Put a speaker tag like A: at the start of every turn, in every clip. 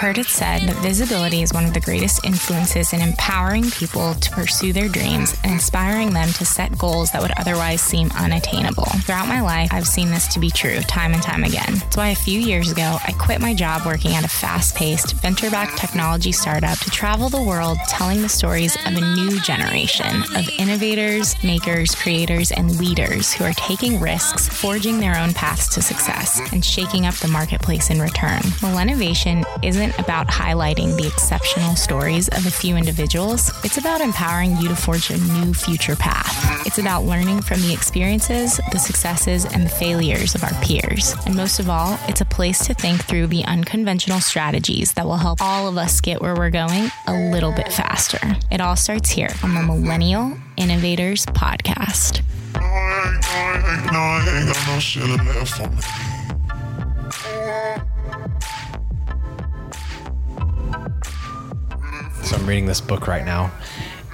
A: heard it said that visibility is one of the greatest influences in empowering people to pursue their dreams and inspiring them to set goals that would otherwise seem unattainable. Throughout my life, I've seen this to be true time and time again. That's why a few years ago, I quit my job working at a fast paced, venture backed technology startup to travel the world telling the stories of a new generation of innovators, makers, creators, and leaders who are taking risks, forging their own paths to success, and shaking up the marketplace in return. Millennovation isn't about highlighting the exceptional stories of a few individuals, it's about empowering you to forge a new future path. It's about learning from the experiences, the successes, and the failures of our peers. And most of all, it's a place to think through the unconventional strategies that will help all of us get where we're going a little bit faster. It all starts here on the Millennial Innovators Podcast.
B: No, I ain't, no, I ain't, no, I ain't got no shit in there for me.
C: So I'm reading this book right now,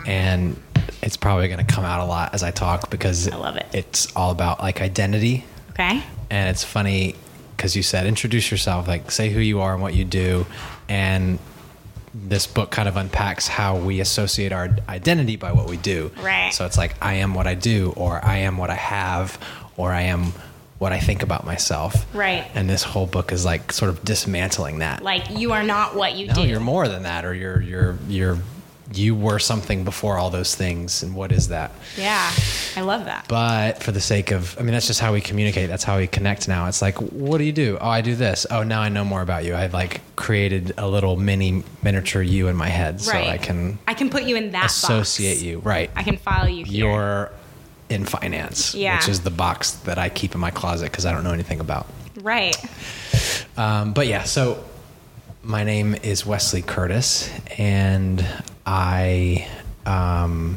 C: and it's probably going to come out a lot as I talk because I
A: love it.
C: It's all about like identity,
A: Okay?
C: and it's funny because you said introduce yourself, like say who you are and what you do, and this book kind of unpacks how we associate our identity by what we do.
A: Right.
C: So it's like I am what I do, or I am what I have, or I am what I think about myself.
A: Right.
C: And this whole book is like sort of dismantling that.
A: Like, you are not what you
C: No, Oh, you're more than that, or you're you're you're you were something before all those things, and what is that?
A: Yeah, I love that.
C: But for the sake of, I mean, that's just how we communicate. That's how we connect now. It's like, what do you do? Oh, I do this. Oh, now I know more about you. I've like created a little mini miniature you in my head, so I can
A: I can put you in that
C: associate you. Right.
A: I can follow you here.
C: You're in finance,
A: Yeah.
C: which is the box that I keep in my closet because I don't know anything about.
A: right.
C: Um, but yeah, so my name is Wesley Curtis, and I um,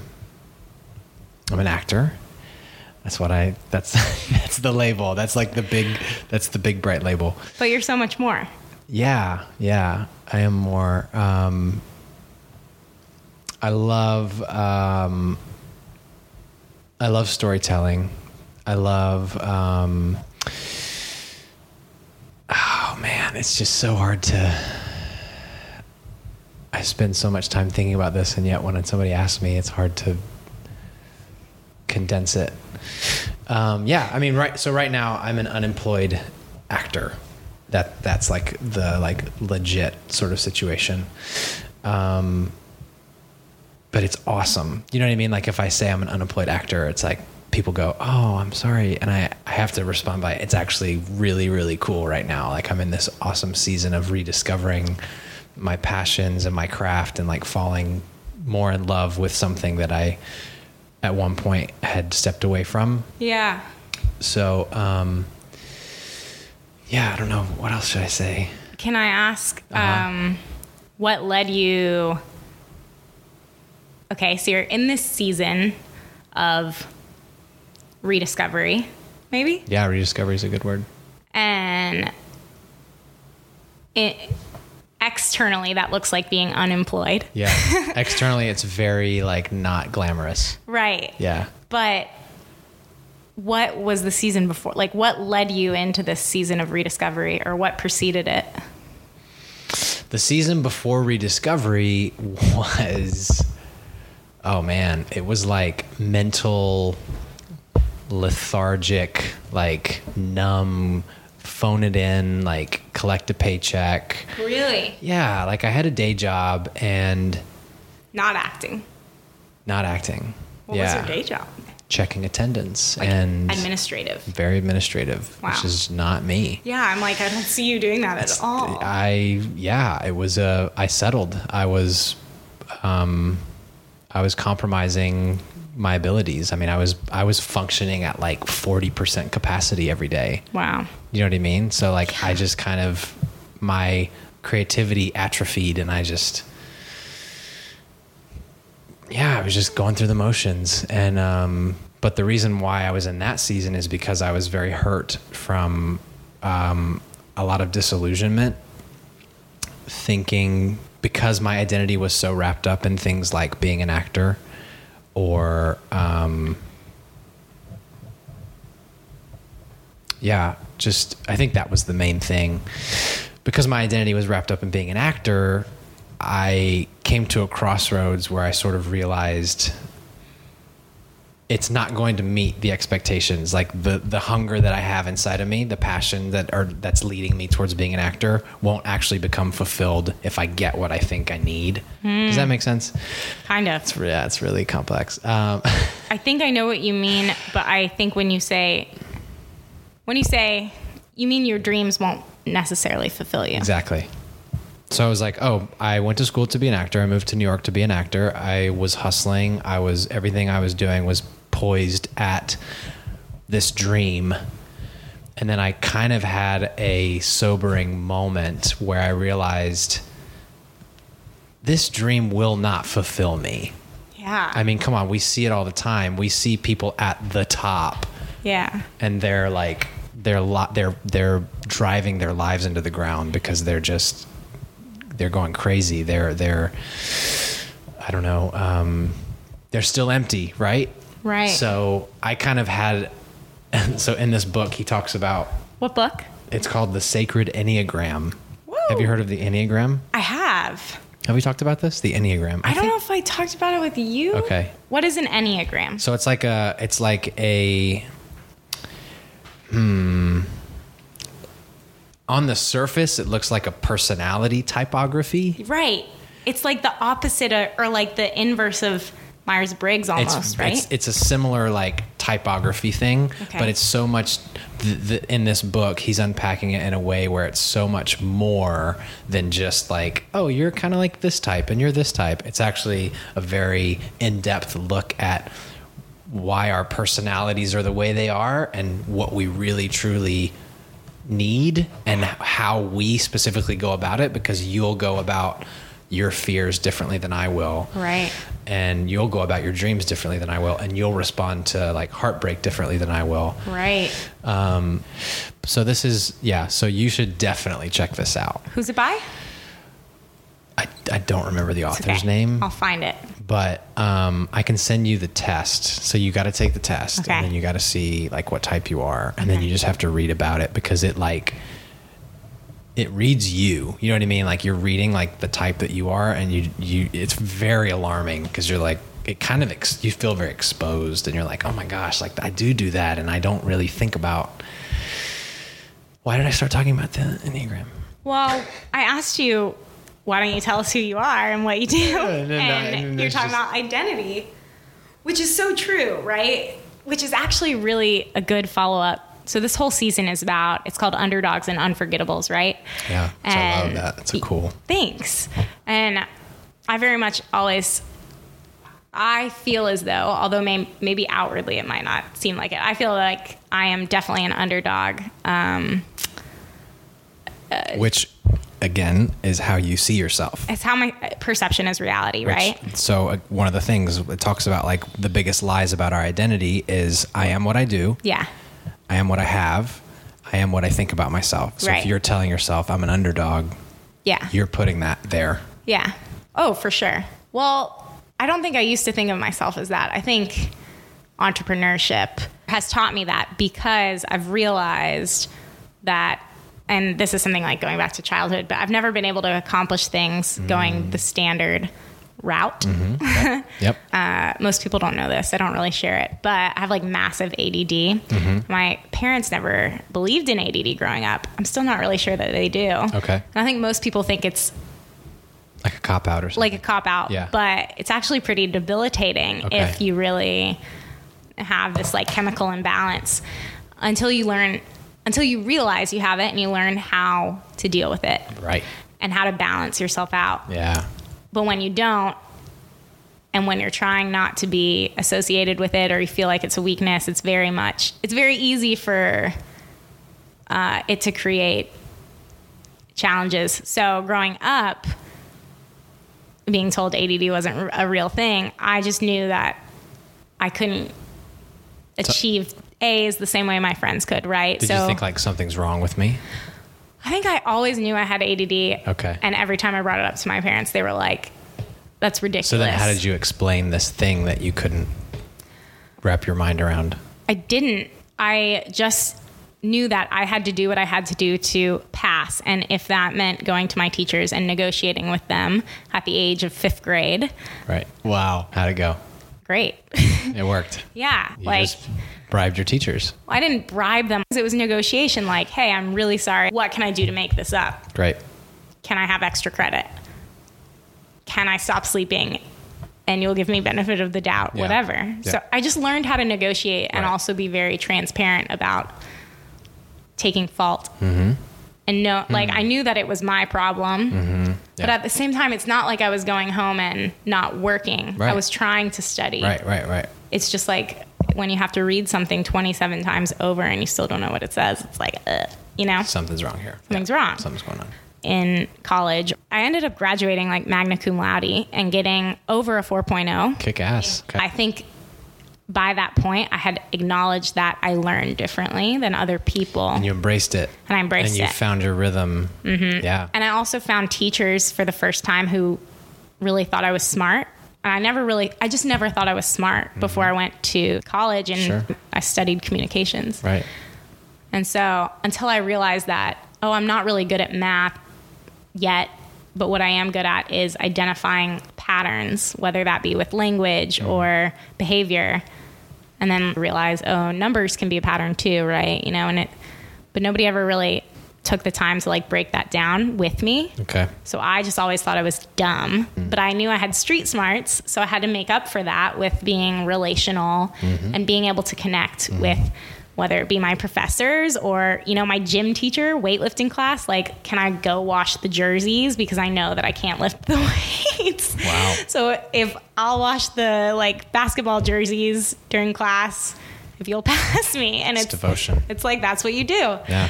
C: I'm an actor. That's what I. That's that's the label. That's like the big. That's the big bright label.
A: But you're so much more.
C: Yeah, yeah. I am more. Um, I love. Um, I love storytelling. I love. Um, oh man, it's just so hard to. I spend so much time thinking about this, and yet when somebody asks me, it's hard to condense it. Um, yeah, I mean, right. So right now, I'm an unemployed actor. That that's like the like legit sort of situation. Um, but it's awesome. You know what I mean? Like if I say I'm an unemployed actor, it's like people go, "Oh, I'm sorry," and I I have to respond by, "It's actually really really cool right now. Like I'm in this awesome season of rediscovering my passions and my craft and like falling more in love with something that I at one point had stepped away from.
A: Yeah.
C: So, um, yeah, I don't know. What else should I say?
A: Can I ask
C: Uh-huh.
A: um, what led you? Okay, so you're in this season of rediscovery, maybe?
C: Yeah, rediscovery is a good word.
A: And it, externally, that looks like being unemployed.
C: Yeah. Externally, it's very like not glamorous.
A: Right.
C: Yeah.
A: But what was the season before? Like, what led you into this season of rediscovery or what preceded it?
C: The season before rediscovery was, oh man, it was like mental, lethargic, like numb, phone it in, like collect a paycheck.
A: Really?
C: Yeah. Like I had a day job and
A: Not acting.
C: not acting.
A: What was
C: yeah.
A: your day job?
C: checking attendance and
A: Administrative.
C: very administrative,
A: Wow.
C: which is not me.
A: Yeah, I'm like, I don't see you doing that at all.
C: I yeah, it was a I settled. I was um I was compromising my abilities. I mean, I was I was functioning at like 40% capacity every day.
A: wow.
C: You know what I mean? So like I just kind of my creativity atrophied and I just yeah, I was just going through the motions and um but the reason why I was in that season is because I was very hurt from um a lot of disillusionment thinking because my identity was so wrapped up in things like being an actor or um yeah, just I think that was the main thing because my identity was wrapped up in being an actor, I came to a crossroads where I sort of realized it's not going to meet the expectations like the the hunger that i have inside of me the passion that are that's leading me towards being an actor won't actually become fulfilled if i get what i think i need does that make sense
D: Kind of.
C: It's re- yeah it's really complex um,
D: I think I know what you mean, but I think when you say, when you say, you mean your dreams won't necessarily fulfill you.
C: Exactly. So I was like, oh, I went to school to be an actor. I moved to New York to be an actor. I was hustling. I was everything I was doing was poised at this dream. And then I kind of had a sobering moment where I realized this dream will not fulfill me.
D: Yeah.
C: I mean, come on, we see it all the time. We see people at the top
D: yeah.
C: and they're like they're lo- they're they're driving their lives into the ground because they're just they're going crazy. They're they're I don't know. Um, they're still empty, right?
D: Right.
C: So I kind of had. So in this book, he talks about
D: What book?
C: it's called the Sacred Enneagram.
D: Whoa.
C: Have you heard of the Enneagram?
D: I have.
C: Have we talked about this? The Enneagram.
D: I don't know if I talked about it with you.
C: Okay.
D: What is an enneagram?
C: So it's like a it's like a hmm on the surface it looks like a personality typography.
D: right. It's like the opposite of, or like the inverse of Myers Briggs almost,
C: it's,
D: right?
C: It's, it's a similar like typography thing,
D: Okay.
C: but it's so much th- th- in this book. He's unpacking it in a way where it's so much more than just like, oh, you're kind of like this type and you're this type. It's actually a very in depth look at why our personalities are the way they are and what we really truly need and how we specifically go about it because you'll go about your fears differently than I will
D: Right.
C: and you'll go about your dreams differently than I will, and you'll respond to like heartbreak differently than I will.
D: right.
C: Um, so this is yeah. So you should definitely check this out.
D: Who's it by?
C: I, I don't remember the
D: It's
C: author's
D: okay.
C: name,
D: I'll find it.
C: but um, I can send you the test. So you got to take the test,
D: Okay.
C: and then you got to see like what type you are, and then
D: Okay.
C: you just have to read about it because it like it reads you. You know what I mean? Like you're reading like the type that you are, and you you it's very alarming because you're like it kind of ex- you feel very exposed, and you're like, oh my gosh, like I do do that, and I don't really think about why did I start talking about the enneagram.
D: Well, I asked you, why don't you tell us who you are and what you do?
C: and then I-
D: and
C: and then
D: you're
C: there's
D: talking
C: just-
D: about identity, which is so true, right? Which is actually really a good follow up. So this whole season is about it's called Underdogs and Unforgettables, right?
C: Yeah, which I love
D: And-
C: that. It's a cool.
D: Thanks. And I very much always I feel as though, although may, maybe outwardly it might not seem like it, I feel like I am definitely an underdog. Um,
C: which again is how you see yourself
D: it's how my perception is reality,
C: Which-
D: right?
C: so uh, one of the things it talks about like the biggest lies about our identity is i am what i do
D: Yeah.
C: i am what i have i am what i think about myself so
D: Right.
C: if you're telling yourself i'm an underdog
D: Yeah.
C: you're putting that there
D: yeah. Oh, for sure. Well, I don't think I used to think of myself as that. I think entrepreneurship has taught me that because I've realized that and this is something like going back to childhood, but I've never been able to accomplish things going the standard route. Uh,
C: yep
D: Ah. most people don't know this. I don't really share it, but I have like massive ADD. My parents never believed in ADD growing up. I'm still not really sure that they do.
C: Okay.
D: And I think most people think it's
C: like a cop out or something
D: like a cop out,
C: Yeah.
D: but it's actually pretty debilitating
C: Okay.
D: if you really have this like chemical imbalance until you learn until you realize you have it and you learn how to deal with it
C: right
D: and how to balance yourself out.
C: yeah
D: But when you don't, and when you're trying not to be associated with it or you feel like it's a weakness, it's very much, it's very easy for uh, it to create challenges. So growing up, being told ADD wasn't a real thing, I just knew that I couldn't achieve A's the same way my friends could, right?
C: did you think like something's wrong with me
D: I think I always knew I had ADD.
C: Okay.
D: And every time I brought it up to my parents, they were like, that's ridiculous.
C: so then how did you explain this thing that you couldn't wrap your mind around
D: I didn't. I just knew that I had to do what I had to do to pass. And if that meant going to my teachers and negotiating with them at the age of fifth grade,
C: Right. Wow. How'd it go?
D: great.
C: It worked.
D: yeah.
C: You
D: like,
C: just bribed your teachers.
D: I didn't bribe them. It was negotiation like, hey, I'm really sorry. What can I do to make this up?
C: Great.
D: Can I have extra credit? Can I stop sleeping? And you'll give me benefit of the doubt,
C: Yeah.
D: whatever.
C: Yeah.
D: So I just learned how to negotiate and
C: Right.
D: also be very transparent about taking fault.
C: Mm-hmm.
D: And no, like I knew that it was my problem, but
C: Hmm. Yeah.
D: at the same time, it's not like I was going home and not working. I
C: Right.
D: was trying to study.
C: Right. Right. Right.
D: It's just like when you have to read something 27 times over and you still don't know what it says, it's like, ugh, you know?
C: Something's wrong here.
D: Something's wrong.
C: Something's going on.
D: in college. I ended up graduating like magna cum laude and getting over a 4.0.
C: Kick ass. Okay.
D: I think by that point, I had acknowledged that I learned differently than other people.
C: and you embraced it.
D: And I embraced
C: And you
D: it.
C: found your rhythm. Mm-hmm. Yeah.
D: And I also found teachers for the first time who really thought I was smart. And I never really, I just never thought I was smart before I went to college and
C: Mm-hmm. Sure.
D: I studied communications.
C: right.
D: And so until I realized that, oh, I'm not really good at math yet, but what I am good at is identifying patterns, whether that be with language or behavior. And then realize, oh, numbers can be a pattern too, right? You know, and it, but nobody ever really took the time to like break that down with me.
C: Okay.
D: So I just always thought I was dumb,
C: Mm-hmm.
D: but I knew I had street smarts, so I had to make up for that with being relational
C: Mm-hmm.
D: and being able to connect with whether it be my professors or you know my gym teacher weightlifting class like can i go wash the jerseys because i know that i can't lift the weights
C: Wow.
D: so if i'll wash the like basketball jerseys during class if you'll pass me and
C: It's
D: it's
C: devotion.
D: it's like that's what you do
C: Yeah.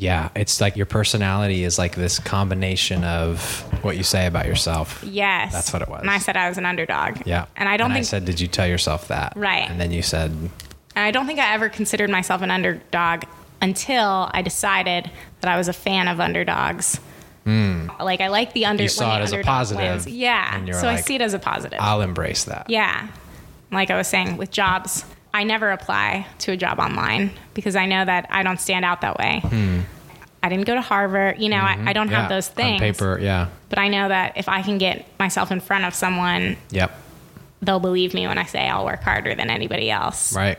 C: Yeah. It's like your personality is like this combination of what you say about yourself.
D: yes
C: That's what it was.
D: and i said i was an underdog
C: Yeah.
D: and i don't
C: I
D: think
C: said, did you tell yourself that?
D: Right.
C: And then you said,
D: And I don't think I ever considered myself an underdog until I decided that I was a fan of underdogs. Like I like the
C: Hmm.
D: under.
C: You saw
D: when
C: it
D: the
C: as a
D: underdog
C: positive,
D: wins. Yeah.
C: and you
D: So
C: were
D: I
C: like, "Ah."
D: see it as a positive.
C: I'll embrace that.
D: yeah. Like I was saying with jobs, I never apply to a job online because I know that I don't stand out that way. I didn't go to Harvard. You know, I, I don't
C: Hmm. Mm-hmm. Yeah.
D: have those things.
C: On paper. Yeah.
D: But I know that if I can get myself in front of someone,
C: Yep.
D: they'll believe me when I say I'll work harder than anybody else
C: Right.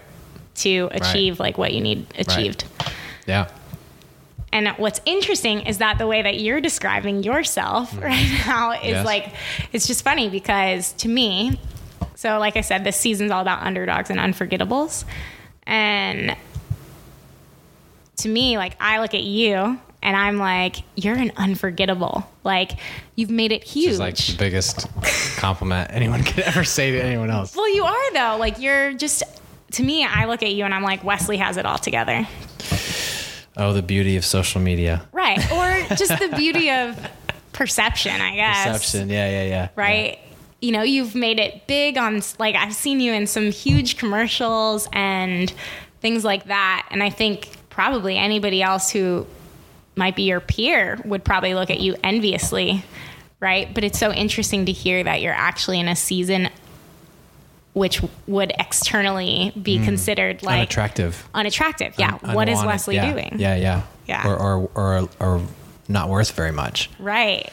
D: to achieve like what you need achieved.
C: Yeah.
D: And what's interesting is that the way that you're describing yourself right now is
C: Mm-hmm. Yes.
D: like, it's just funny because to me, so like I said, this season's all about underdogs and unforgettables. And to me, like, I look at you and I'm like, you're an unforgettable. Like, you've made it huge.
C: It's like the biggest compliment anyone could ever say to anyone else.
D: well, you are, though. Like, you're just, to me, I look at you and I'm like, Wesley has it all together.
C: Oh, the beauty of social media.
D: Right. Or just the beauty of perception, I guess.
C: Perception. Yeah. Yeah. Yeah.
D: right? You know, you've made it big on, like, I've seen you in some huge commercials and things like that. And I think probably anybody else who might be your peer would probably look at you enviously, right? But it's so interesting to hear that you're actually in a season which would externally be considered like
C: Unattractive.
D: unattractive. Yeah.
C: Mm. un-
D: what is
C: unwanted.
D: Wesley
C: Yeah.
D: doing?
C: Yeah, yeah,
D: Yeah.
C: Or, or or or not worth very much.
D: Right.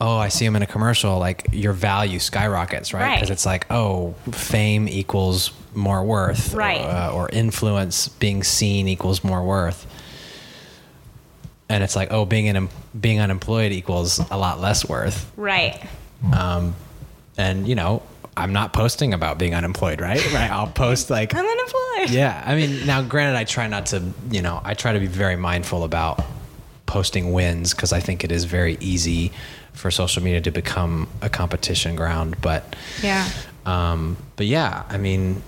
C: Oh, I see him in a commercial. Like your value skyrockets, right?
D: Right.
C: Because it's like, oh, fame equals more worth,
D: Right.
C: Or, uh, or influence being seen equals more worth. And it's like, oh, being an em- being unemployed equals a lot less worth.
D: Right.
C: And you know, I'm not posting about being unemployed, right? Right. I'll post like
D: I'm unemployed.
C: yeah i mean now granted i try not to you know i try to be very mindful about posting wins because i think it is very easy for social media to become a competition ground but
D: Yeah.
C: um but yeah i mean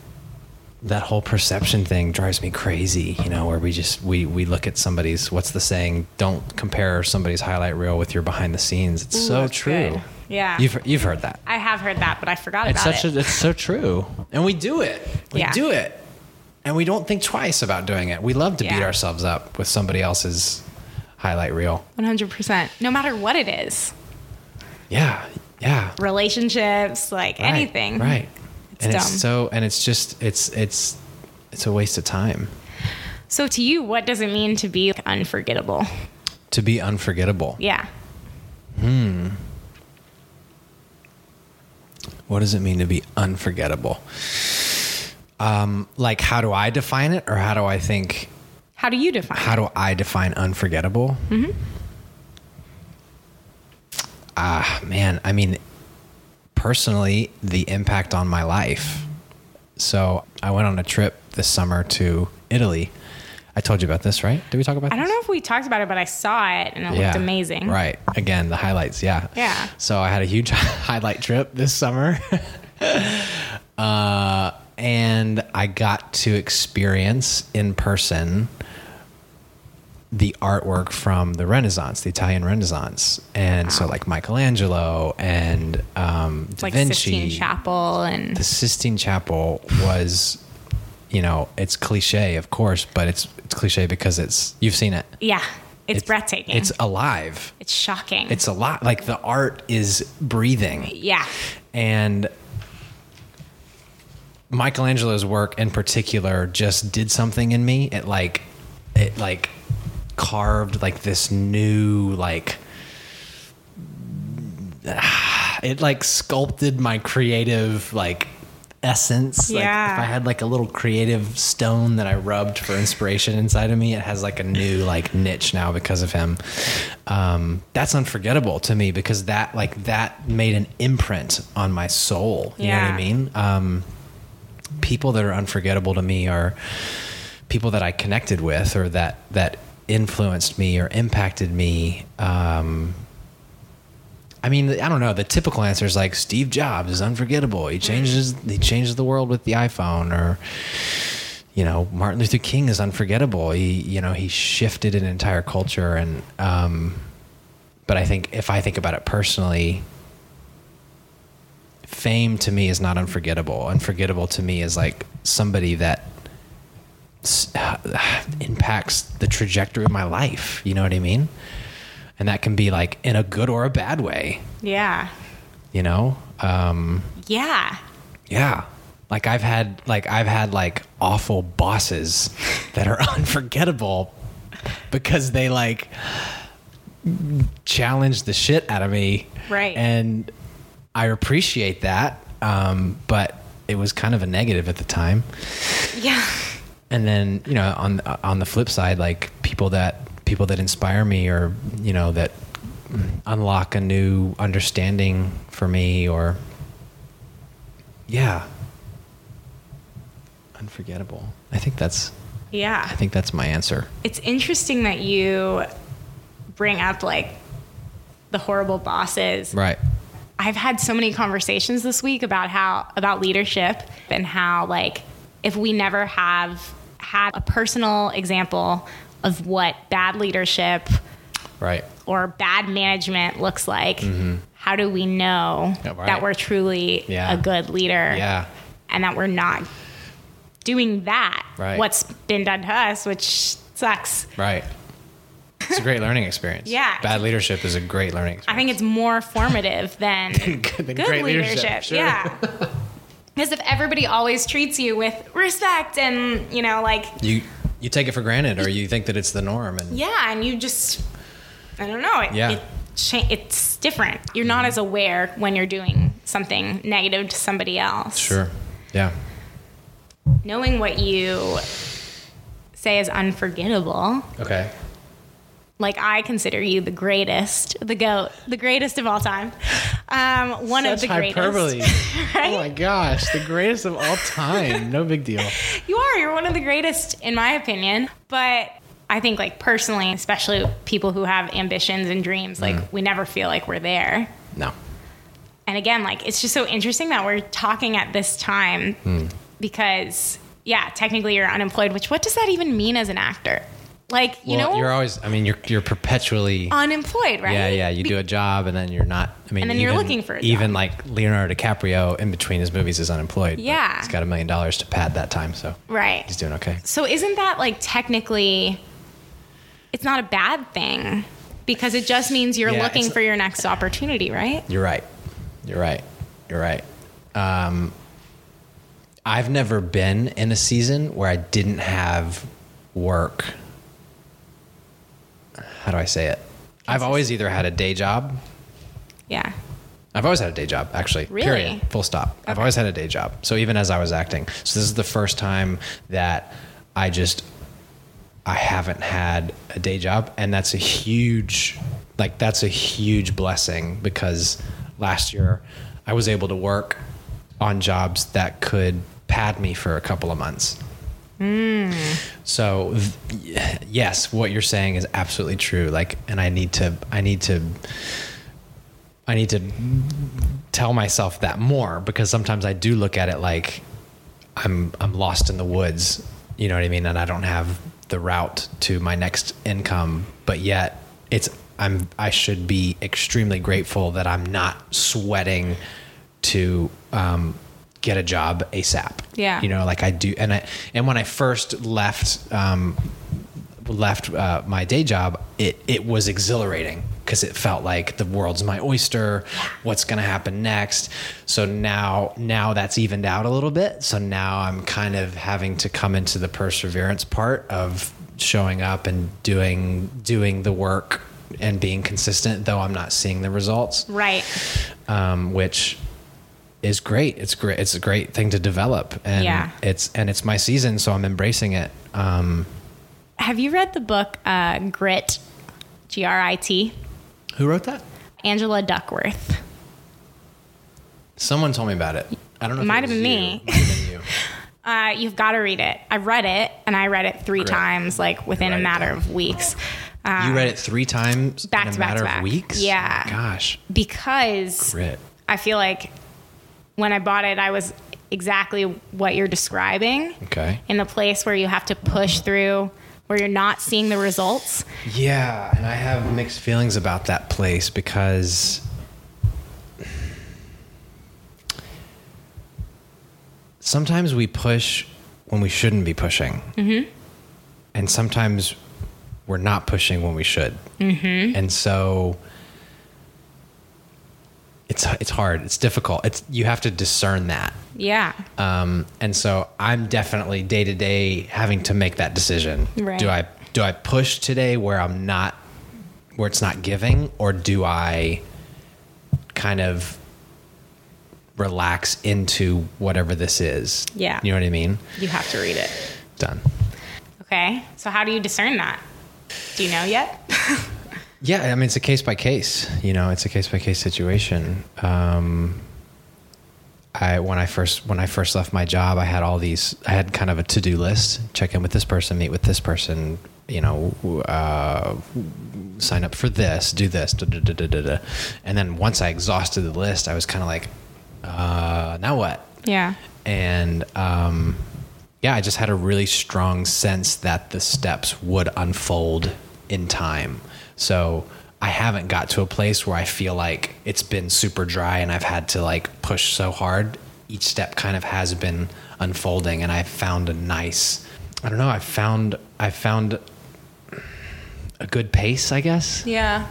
C: that whole perception thing drives me crazy you know where we just we we look at somebody's what's the saying don't compare somebody's highlight reel with your behind the scenes it's so
D: that's
C: true
D: good. Yeah.
C: you've you've heard that
D: I have heard that, but I forgot
C: it's
D: about
C: such
D: it.
C: a it's so true. And we do it. We
D: Yeah.
C: do it. And we don't think twice about doing it. We love to beat
D: Yeah.
C: ourselves up with somebody else's highlight reel.
D: 100%. No matter what it is,
C: Yeah. Yeah.
D: relationships, like
C: Right,
D: anything.
C: Right.
D: It's
C: and
D: dumb.
C: it's so and it's just it's it's it's a waste of time.
D: So, to you, what does it mean to be unforgettable?
C: To be unforgettable.
D: Yeah.
C: What does it mean to be unforgettable? Um, like, how do I define it, or how do I think?
D: How do you define?
C: How do I define unforgettable?
D: Mm-hmm.
C: Ah, man. I mean, personally, the impact on my life. So I went on a trip this summer to Italy. I told you about this, right? Did we talk about?
D: I don't
C: this?
D: know if we talked about it, but I saw it and it looked amazing.
C: Right. Again, the highlights. Yeah.
D: Yeah.
C: So I had a huge highlight trip this summer. uh, and I got to experience in person the artwork from the Renaissance, the Italian Renaissance. And so, like Michelangelo and um, Da
D: Like
C: Vinci.
D: Sistine Chapel and
C: The Sistine Chapel was, you know, it's cliche, of course, but it's, it's cliche because it's, you've seen it.
D: yeah, it's, breathtaking.
C: It's
D: It's,
C: alive
D: shocking.
C: it's a lot like the art is breathing
D: yeah.
C: and michelangelo's work in particular just did something in me it like it like carved like this new like it like sculpted my creative like essence like
D: Yeah.
C: if i had like a little creative stone that i rubbed for inspiration inside of me it has like a new like niche now because of him um that's unforgettable to me because that like that made an imprint on my soul you know what
D: Yeah.
C: i mean um people that are unforgettable to me are people that I connected with or that that influenced me or impacted me. Um, I mean, I don't know. The typical answer is like Steve Jobs is unforgettable. He changes he changes the world with the iPhone or you know, Martin Luther King is unforgettable. He you know, he shifted an entire culture and um but I think if I think about it personally, fame to me is not unforgettable. Unforgettable to me is like somebody that s- impacts the trajectory of my life. You know what I mean? And that can be like in a good or a bad way.
D: Yeah.
C: You know? Um,
D: Yeah.
C: yeah. Like I've had like I've had like awful bosses that are unforgettable because they like challenge the shit out of me.
D: Right.
C: And I appreciate that. Um, but it was kind of a negative at the time.
D: Yeah.
C: And then, you know, on on the flip side, like people that people that inspire me or, you know, that unlock a new understanding for me or yeah. Unforgettable. I think that's I
D: Yeah.
C: think that's my answer.
D: It's interesting that you bring up like the horrible bosses
C: Right.
D: I've had so many conversations this week about how about leadership and how like if we never have had a personal example of what bad leadership
C: Right.
D: or bad management looks like, how do we know
C: Mm-hmm. Yeah, right.
D: that we're truly
C: Yeah.
D: a good leader
C: Yeah.
D: and that we're not doing that
C: Right.
D: what's been done to us, which sucks.
C: Right. It's a great learning experience.
D: Yeah.
C: Bad leadership is a great learning
D: I
C: experience.
D: think it's more formative than
C: good than
D: good
C: great
D: leadership.
C: leadership, sure.
D: Yeah. Because if everybody always treats you with respect and, you know, like,
C: you you take it for granted or you think that it's the norm and
D: yeah, and you just, I don't know, it,
C: Yeah. Mm-hmm.
D: it cha- it's different. You're not as aware when you're doing something negative to somebody else.
C: Sure. Yeah.
D: Knowing what you say is unforgettable,
C: Okay.
D: like, I consider you the greatest, the GOAT, the greatest of all time. Um, one of the greatest. Right?
C: Oh my gosh, the greatest of all time. No big deal.
D: You are. You're one of the greatest, in my opinion. But I think, like, personally, especially people who have ambitions and dreams, like,
C: Mm.
D: we never feel like we're there.
C: No.
D: And again, like, it's just so interesting that we're talking at this time
C: Hmm.
D: because, yeah, technically you're unemployed, which what does that even mean as an actor? Like, you
C: well,
D: know,
C: you're always. I mean, you're you're perpetually.
D: unemployed, right?
C: Yeah, yeah. You do a job, and then you're not. I mean,
D: And then you're looking for a job.
C: even like Leonardo DiCaprio in between his movies is unemployed. but
D: Yeah.
C: he's got a million dollars to pad that time, so
D: Right.
C: he's doing okay.
D: So isn't that like technically it's not a bad thing because it just means you're
C: Yeah,
D: looking
C: it's-
D: for your next opportunity, right?
C: You're right. You're right. You're right. Um, I've never been in a season where I didn't have work. How do I say it? I've always either had a day job.
A: Yeah.
C: I've always had a day job, actually.
A: Really?
C: Period. Full stop. I've always had a day job. So even as I was acting, so this is the first time that I just I haven't had a day job, and that's a huge, like that's a huge blessing because last year I was able to work on jobs that could pad me for a couple of months. So th- y- yes, what you're saying is absolutely true. Like, and I need to, I need to, I need to tell myself that more because sometimes I do look at it like I'm, I'm lost in the woods. You know what I mean? And I don't have the route to my next income, but yet it's, I'm, I should be extremely grateful that I'm not sweating to, um, get a job ASAP.
A: Yeah.
C: You know, like I do. And I, and when I first left, um, left uh, my day job, it it was exhilarating because it felt like the world's my oyster. What's going to happen next? So now now that's evened out a little bit. So now I'm kind of having to come into the perseverance part of showing up and doing doing the work and being consistent, though I'm not seeing the results
A: Right.
C: um, which is great. It's great. It's a great thing to develop, and
A: Yeah.
C: it's and it's my season, so I'm embracing it. Um,
A: Have you read the book uh, Grit? G R I T.
C: Who wrote that?
A: Angela Duckworth.
C: Someone told me about it. I don't know. if
A: Might have
C: it was
A: been
C: you.
A: me.
C: Might have been you.
A: Uh, you've got to read it. I read it, and I read it three
C: Great.
A: times, like within a
C: Write it
A: matter
C: down.
A: of weeks. Um,
C: You read it three times
A: Back
C: in a
A: to back to
C: matter
A: back.
C: of weeks.
A: Yeah.
C: Oh my gosh,
A: because
C: grit.
A: I feel like when I bought it, I was exactly what you're describing
C: Okay.
A: in the place where you have to push through, where you're not seeing the results.
C: Yeah, and I have mixed feelings about that place because sometimes we push when we shouldn't be pushing. Mm-hmm. And sometimes we're not pushing when we should. Mm-hmm. And so it's it's hard. It's difficult. It's you have to discern that.
A: Yeah.
C: Um, and so I'm definitely day to day having to make that decision.
A: Right.
C: Do I do I push today where I'm not where it's not giving, or do I kind of relax into whatever this is?
A: Yeah.
C: You know what I mean?
A: You have to read it.
C: Done.
A: Okay. So, how do you discern that? Do you know yet?
C: Yeah, I mean it's a case by case. You know, it's a case by case situation. Um, I when I first when I first left my job, I had all these. I had kind of a to do list: check in with this person, meet with this person. You know, uh, sign up for this, do this, da, da, da, da, da, da. and then once I exhausted the list, I was kind of like, uh, now what?
A: Yeah.
C: and um, yeah, I just had a really strong sense that the steps would unfold in time. So I haven't got to a place where I feel like it's been super dry and I've had to like push so hard. Each step kind of has been unfolding, and I found a nice. I don't know. I found I found a good pace, I guess.
A: Yeah.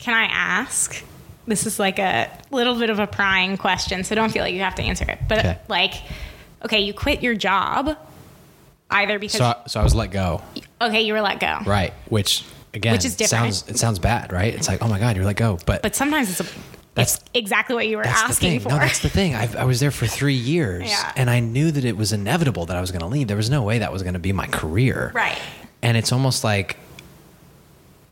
A: Can I ask? This is like a little bit of a prying question, so don't feel like you have to answer it. But
C: Okay.
A: like, okay, you quit your job either because
C: So I, so I was let go.
A: okay, you were let go.
C: Right, which again,
A: Which is different.
C: sounds it sounds bad, right? It's like, oh my god, you're let go, but
A: But sometimes it's, a,
C: That's-
A: it's exactly what you were
C: That's the
A: asking
C: thing.
A: for.
C: No, that's the thing. I've, I was there for three years,
A: Yeah.
C: and I knew that it was inevitable that I was going to leave. There was no way that was going to be my career.
A: Right.
C: And it's almost like,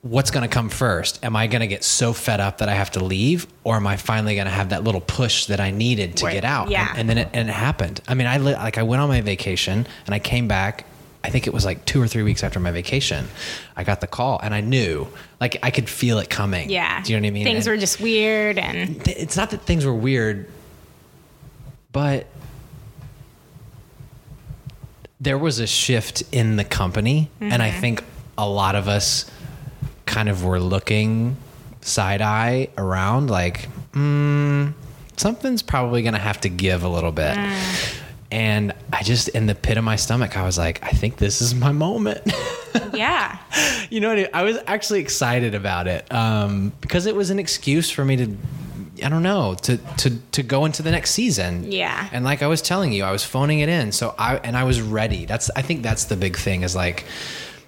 C: what's going to come first? Am I going to get so fed up that I have to leave, or am I finally going to have that little push that I needed to
A: Right.
C: get out?
A: Yeah.
C: And, and then it, and it happened. I mean, I li- like I went on my vacation, and I came back. I think it was like two or three weeks after my vacation, I got the call, and I knew, like, I could feel it coming.
A: yeah.
C: Do you know what I mean?
A: Things
C: And-
A: were just weird and
C: th- it's not that things were weird, but there was a shift in the company, and I think a lot of us kind of were looking side eye around, like, mm, something's probably going to have to give a little bit. And I just, in the pit of my stomach, I was like, I think this is my moment.
A: yeah.
C: you know what? I, mean? I was actually excited about it um, because it was an excuse for me to, I don't know, to to to go into the next season.
A: Yeah.
C: And like I was telling you, I was phoning it in. So I and I was ready. That's I think that's the big thing is like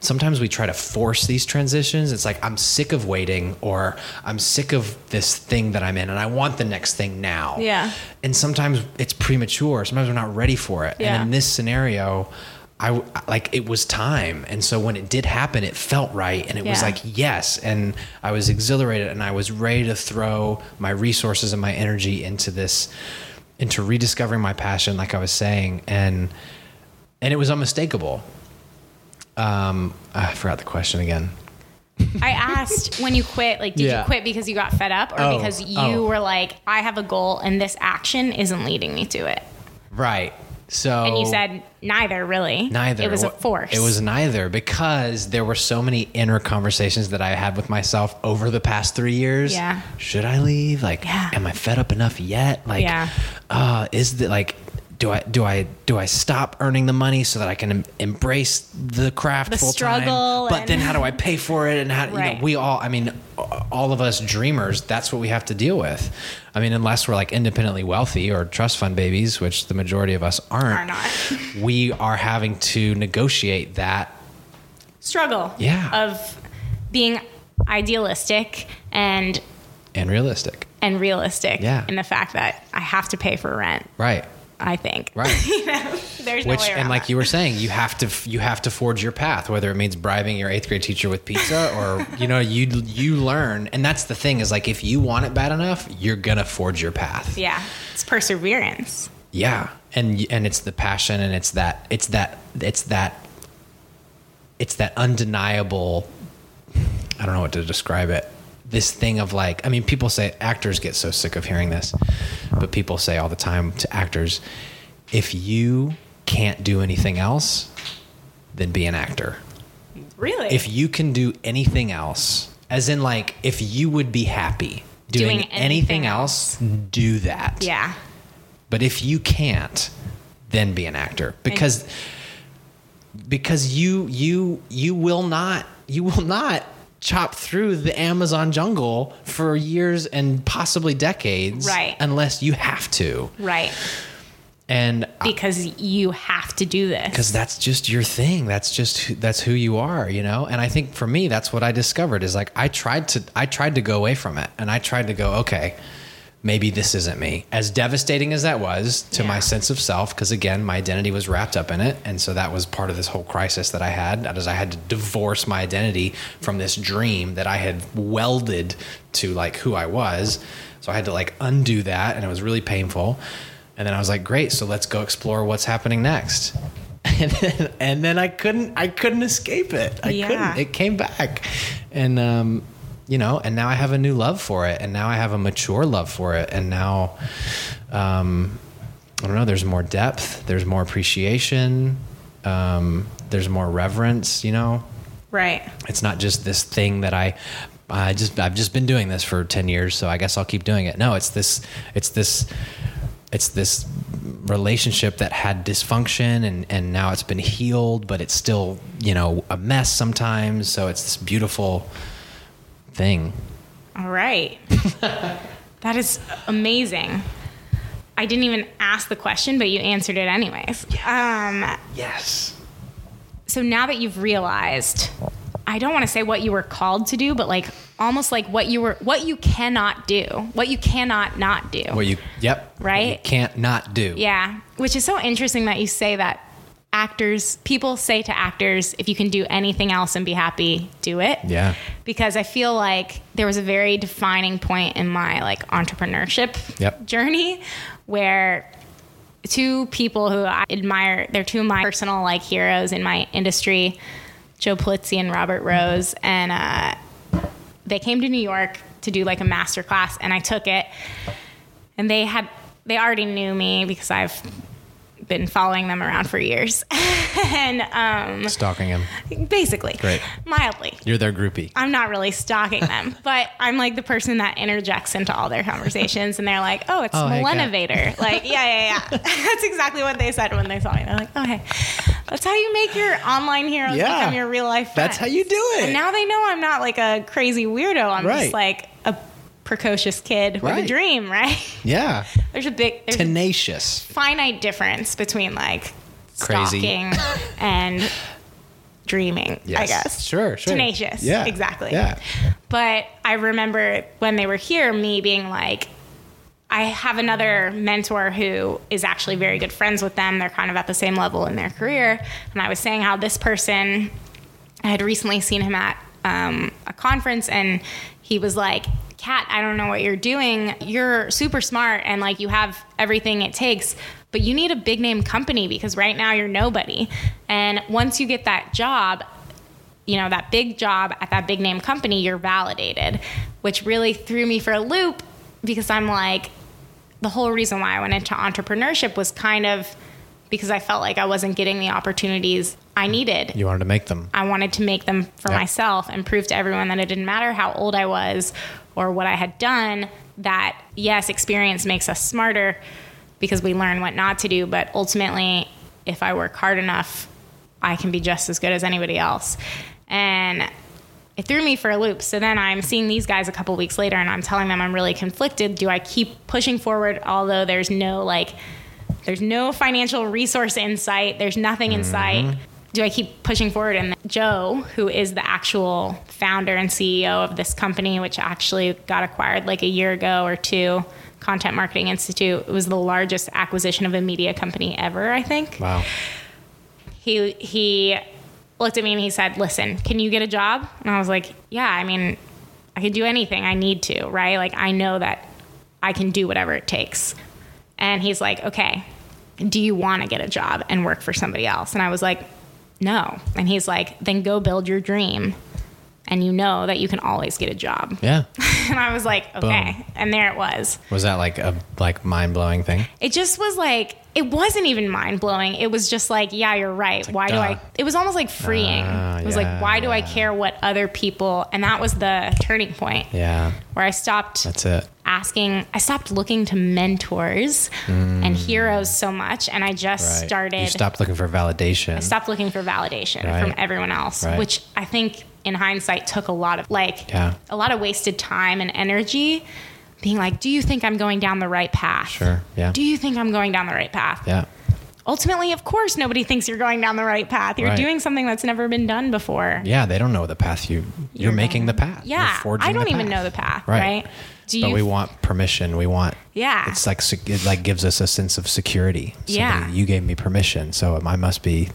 C: sometimes we try to force these transitions. It's like I'm sick of waiting or I'm sick of this thing that I'm in and I want the next thing now.
D: Yeah.
C: And sometimes it's premature. Sometimes we're not ready for it.
D: Yeah.
C: And in this scenario, I w- like it was time. And so when it did happen, it felt right and it was
D: Yeah.
C: like yes and i was exhilarated and i was ready to throw my resources and my energy into this into rediscovering my passion like i was saying and and it was unmistakable um i forgot the question again
D: I asked when you quit, like, did
C: Yeah.
D: you quit because you got fed up or
C: Oh,
D: because you
C: oh.
D: were like, I have a goal and this action isn't leading me to it?
C: right so
D: And you said neither, really.
C: Oh. Neither.
D: It was a
C: Wha-
D: force.
C: It was neither because there were so many inner conversations that I had with myself over the past three years.
D: Yeah.
C: Should I leave? Like,
D: Yeah.
C: am I fed up enough yet? Like,
D: Yeah.
C: uh, is the like, do I do I do I stop earning the money so that I can em- embrace the craft
D: The
C: full time?
D: struggle
C: But
D: and-
C: then how do I pay for it? And how you
D: Right.
C: know we all I mean all of us dreamers that's what we have to deal with. I mean unless we're like independently wealthy or trust fund babies, which the majority of us aren't
D: Are not.
C: we are having to negotiate that.
D: struggle
C: Yeah.
D: of being idealistic and
C: And realistic.
D: and realistic
C: Yeah.
D: in the fact that I have to pay for rent.
C: Right.
D: I think
C: Right. Which
D: there's no way around
C: and like
D: that.
C: you were saying, you have to you have to forge your path, whether it means bribing your eighth grade teacher with pizza or you know you you learn. And that's the thing is like if you want it bad enough, you're gonna forge your path.
D: yeah, it's perseverance.
C: Yeah. And and it's the passion and it's that it's that it's that it's that undeniable I don't know what to describe it. This thing of like, I mean, people say actors get so sick of hearing this, but people say all the time to actors, if you can't do anything else, then be an actor.
D: Really,
C: If you can do anything else, as in like if you would be happy doing,
D: Doing
C: anything,
D: anything
C: else, do that.
D: yeah,
C: But if you can't, then be an actor because because you you you will not you will not chop through the Amazon jungle for years and possibly decades
D: Right.
C: unless you have to.
D: right,
C: And
D: because you have to do this.
C: because that's just your thing that's just who- that's who you are you know and i think for me that's what i discovered is like i tried to i tried to go away from it and i tried to go okay maybe this isn't me as devastating as that was to my
D: Yeah.
C: sense of self because again my identity was wrapped up in it and so that was part of this whole crisis that i had that is i had to divorce my identity from this dream that i had welded to like who i was so i had to like undo that and it was really painful and then i was like great so let's go explore what's happening next and then, and then I couldn't I couldn't escape it. I
D: Yeah.
C: couldn't. It came back, and um, you know, and now I have a new love for it, and now I have a mature love for it, and now, um, I don't know. There's more depth. There's more appreciation. Um, there's more reverence. You know,
D: Right,
C: it's not just this thing that I. I just I've just been doing this for 10 years so I guess I'll keep doing it. No, it's this it's this it's this relationship that had dysfunction and and now it's been healed but it's still, you know, a mess sometimes. So it's this beautiful thing.
D: all right. that is amazing. I didn't even ask the question, but you answered it anyways. Um,
C: Yes.
D: so now that you've realized i don't want to say what you were called to do but like almost like what you were what you cannot do what you cannot not do
C: Well, you yep.
D: Right?
C: You can't not do.
D: yeah which is so interesting that you say that actors people say to actors if you can do anything else and be happy do it
C: Yeah.
D: because i feel like there was a very defining point in my like entrepreneurship
C: Yep.
D: journey where two people who I admire, they're two of my personal like heroes in my industry, Joe Polizzi and Robert Rose, and uh, they came to New York to do like a master class, and I took it, and they had they already knew me because I've been following them around for years, and um,
C: Stalking him.
D: basically,
C: Great.
D: mildly.
C: You're their groupie.
D: I'm not really stalking them, but I'm like the person that interjects into all their conversations, and they're like, "Oh, it's
C: Oh, hey, Kat."
D: Melenovator." like, yeah, yeah, yeah. That's exactly what they said when they saw me. They're like, "Oh, hey, that's how you make your online heroes
C: Yeah.
D: become your real life."
C: That's how
D: friends."
C: you do it.
D: And now they know I'm not like a crazy weirdo. I'm
C: Right.
D: just like a precocious kid with
C: Right.
D: a dream. Right?
C: yeah.
D: There's a big, there's a
C: Tenacious.
D: finite difference between like
C: Crazy.
D: stalking and dreaming, I
C: Yes.
D: guess.
C: Sure, sure.
D: Tenacious.
C: Yeah,
D: Exactly.
C: yeah.
D: But I remember when they were here, me being like, I have another mentor who is actually very good friends with them. They're kind of at the same level in their career. And I was saying how this person, I had recently seen him at um, a conference, and he was like, Kat, I don't know what you're doing. You're super smart and like you have everything it takes, but you need a big name company because right now you're nobody. And once you get that job, you know, that big job at that big name company, you're validated, which really threw me for a loop because I'm like, the whole reason why I went into entrepreneurship was kind of because I felt like I wasn't getting the opportunities I needed.
C: You wanted to make them.
D: I wanted to make them for
C: Yeah.
D: myself and prove to everyone that it didn't matter how old I was or what I had done, that yes, experience makes us smarter because we learn what not to do, but ultimately, if I work hard enough, I can be just as good as anybody else. And it threw me for a loop. So then I'm seeing these guys a couple weeks later and I'm telling them I'm really conflicted. Do I keep pushing forward although there's no like there's no financial resource in sight. There's nothing in sight. Do I keep pushing forward? And Joe, who is the actual founder and CEO of this company, which actually got acquired like a year ago or two, Content Marketing Institute, it was the largest acquisition of a media company ever, I think.
C: Wow.
D: He he looked at me and he said, "Listen, can you get a job?" And I was like, "Yeah, I mean, I can do anything I need to, right? Like I know that I can do whatever it takes." And he's like, okay, do you want to get a job and work for somebody else? And I was like, no. And he's like, then go build your dream. And you know that you can always get a job.
C: Yeah.
D: And I was like, okay.
C: Boom.
D: And there it was.
C: Was that like a like mind blowing thing?
D: It just was like, it wasn't even mind blowing. It was just like, yeah, you're right. why do
C: duh.
D: I? It was almost like freeing.
C: Ah,
D: it was
C: yeah,
D: like, why do I
C: yeah.
D: care what other people? And that was the turning point
C: Yeah.
D: where I stopped
C: That's it.
D: asking i stopped looking to mentors and heroes so much and i just
C: Mm. Right.
D: started
C: You stopped looking for validation.
D: stopped looking for validation
C: Right.
D: from everyone else
C: Right.
D: which i think in hindsight took a lot of like
C: Yeah.
D: a lot of wasted time and energy being like do you think i'm going down the right path
C: Sure. Yeah.
D: do you think i'm going down the right path
C: yeah.
D: ultimately of course nobody thinks you're going down the right path you're
C: Right.
D: doing something that's never been done before
C: Yeah. They don't know the path you you're,
D: You're
C: making the
D: going-
C: path. You're
D: yeah
C: forging
D: i don't
C: the
D: even
C: path.
D: know the path
C: Right.
D: right, do
C: but
D: you
C: we want permission. We want.
D: Yeah.
C: It's like sec- it like gives us a sense of security. So
D: Yeah.
C: that You gave me permission, so I must be,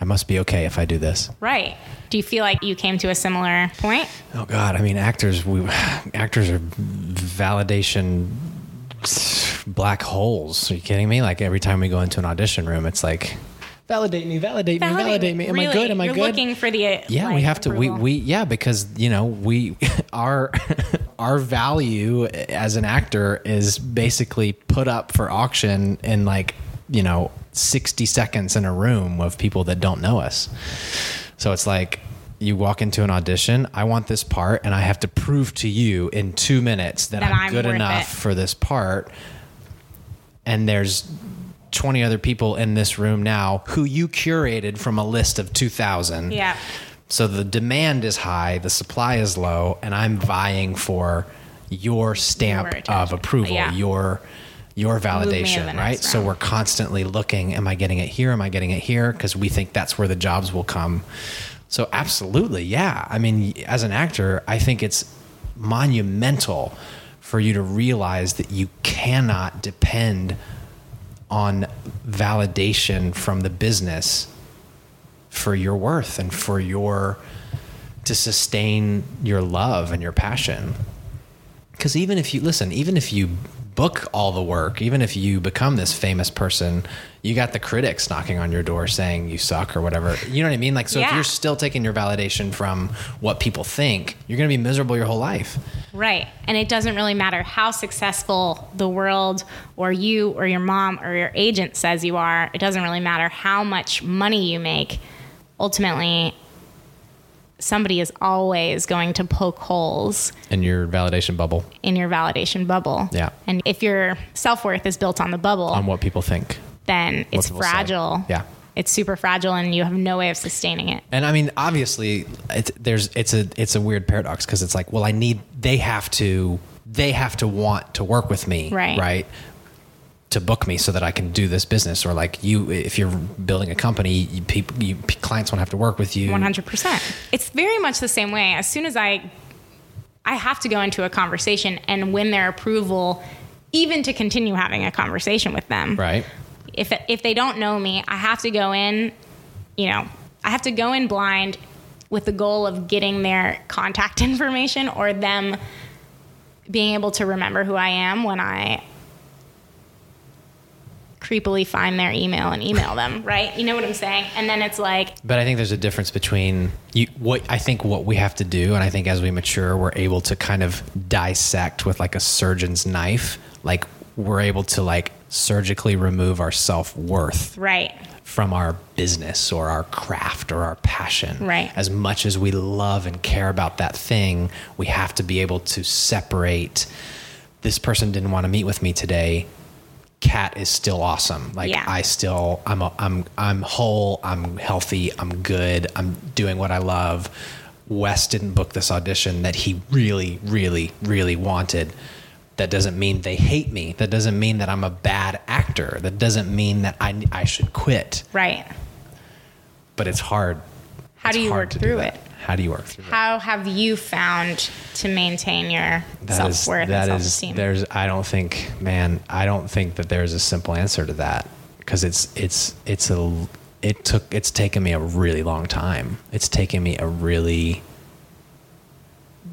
C: I must be okay if I do this.
D: Right. Do you feel like you came to a similar point?
C: Oh God! I mean, actors. We actors are validation black holes. Are you kidding me? Like every time we go into an audition room, it's like, validate me, validate, me, validate me. Am I
D: Really,
C: good? Am I
D: You're
C: good?
D: looking for the
C: yeah, we
D: like,
C: have to. We,
D: approval.
C: we yeah, because you know we our our value as an actor is basically put up for auction in like you know sixty seconds in a room of people that don't know us. So it's like you walk into an audition. I want this part, and I have to prove to you in two minutes that,
D: That
C: I'm,
D: I'm
C: good
D: worth
C: enough
D: it.
C: for this part. And there's 20 other people in this room now who you curated from a list of 2,000.
D: Yeah.
C: So the demand is high, the supply is low, and I'm vying for your stamp
D: Your attention.
C: of approval,
D: Yeah.
C: your your
D: to the
C: validation,
D: next
C: right? So
D: round.
C: we're constantly looking, am I getting it here? Am I getting it here? Because we think that's where the jobs will come. So absolutely, yeah. I mean, as an actor, I think it's monumental for you to realize that you cannot depend on validation from the business for your worth and for your to sustain your love and your passion because even if you listen even if you book all the work even if you become this famous person you got the critics knocking on your door saying you suck or whatever you know what i mean like so if
D: Yeah.
C: you're still taking your validation from what people think you're going to be miserable your whole life
D: Right. And it doesn't really matter how successful the world or you or your
C: Mm.
D: mom or your agent says you are. It doesn't really matter how much money you make. Ultimately, somebody is always going to poke holes
C: in your validation bubble
D: in your validation bubble.
C: Yeah.
D: And if your self worth is built on the bubble,
C: on what people think
D: then it's
C: people say.
D: fragile.
C: Yeah.
D: It's super fragile and you have no way of sustaining it.
C: And I mean, obviously, it's, there's it's a it's a weird paradox because it's like, well, I need they have to they have to want to work with me,
D: Right.
C: Right. to book me so that I can do this business or like you if you're building a company you, people you, clients won't have to work with you
D: 100%. It's very much the same way. As soon as I I have to go into a conversation and win their approval even to continue having a conversation with them.
C: right
D: If if they don't know me, I have to go in, you know, I have to go in blind with the goal of getting their contact information or them being able to remember who I am when I creepily find their email and email them, right? You know what I'm saying? And then it's like
C: but I think there's a difference between you, what I think what we have to do, and I think as we mature, we're able to kind of dissect with like a surgeon's knife. Like we're able to like surgically remove our self worth
D: Right.
C: from our business or our craft or our passion.
D: Right.
C: As much as we love and care about that thing, we have to be able to separate. This person didn't want to meet with me today. Cat is still awesome. Like
D: Yeah.
C: I still, I'm, a, I'm, I'm whole. I'm healthy. I'm good. I'm doing what I love. Wes didn't book this audition that he really, really, really wanted. That doesn't mean they hate me. That doesn't mean that I'm a bad actor. That doesn't mean that I, I should quit
D: Right.
C: but it's hard.
D: How
C: It's
D: do you
C: hard
D: work
C: to do
D: through
C: that.
D: it?
C: How do you work through it?
D: How have you found to maintain your
C: That is-
D: self worth and
C: that
D: self
C: is-
D: esteem?
C: There's, I don't think, man, I don't think that there's a simple answer to that because it's, it's, it's a, it took, it's taken me a really long time. It's taken me a really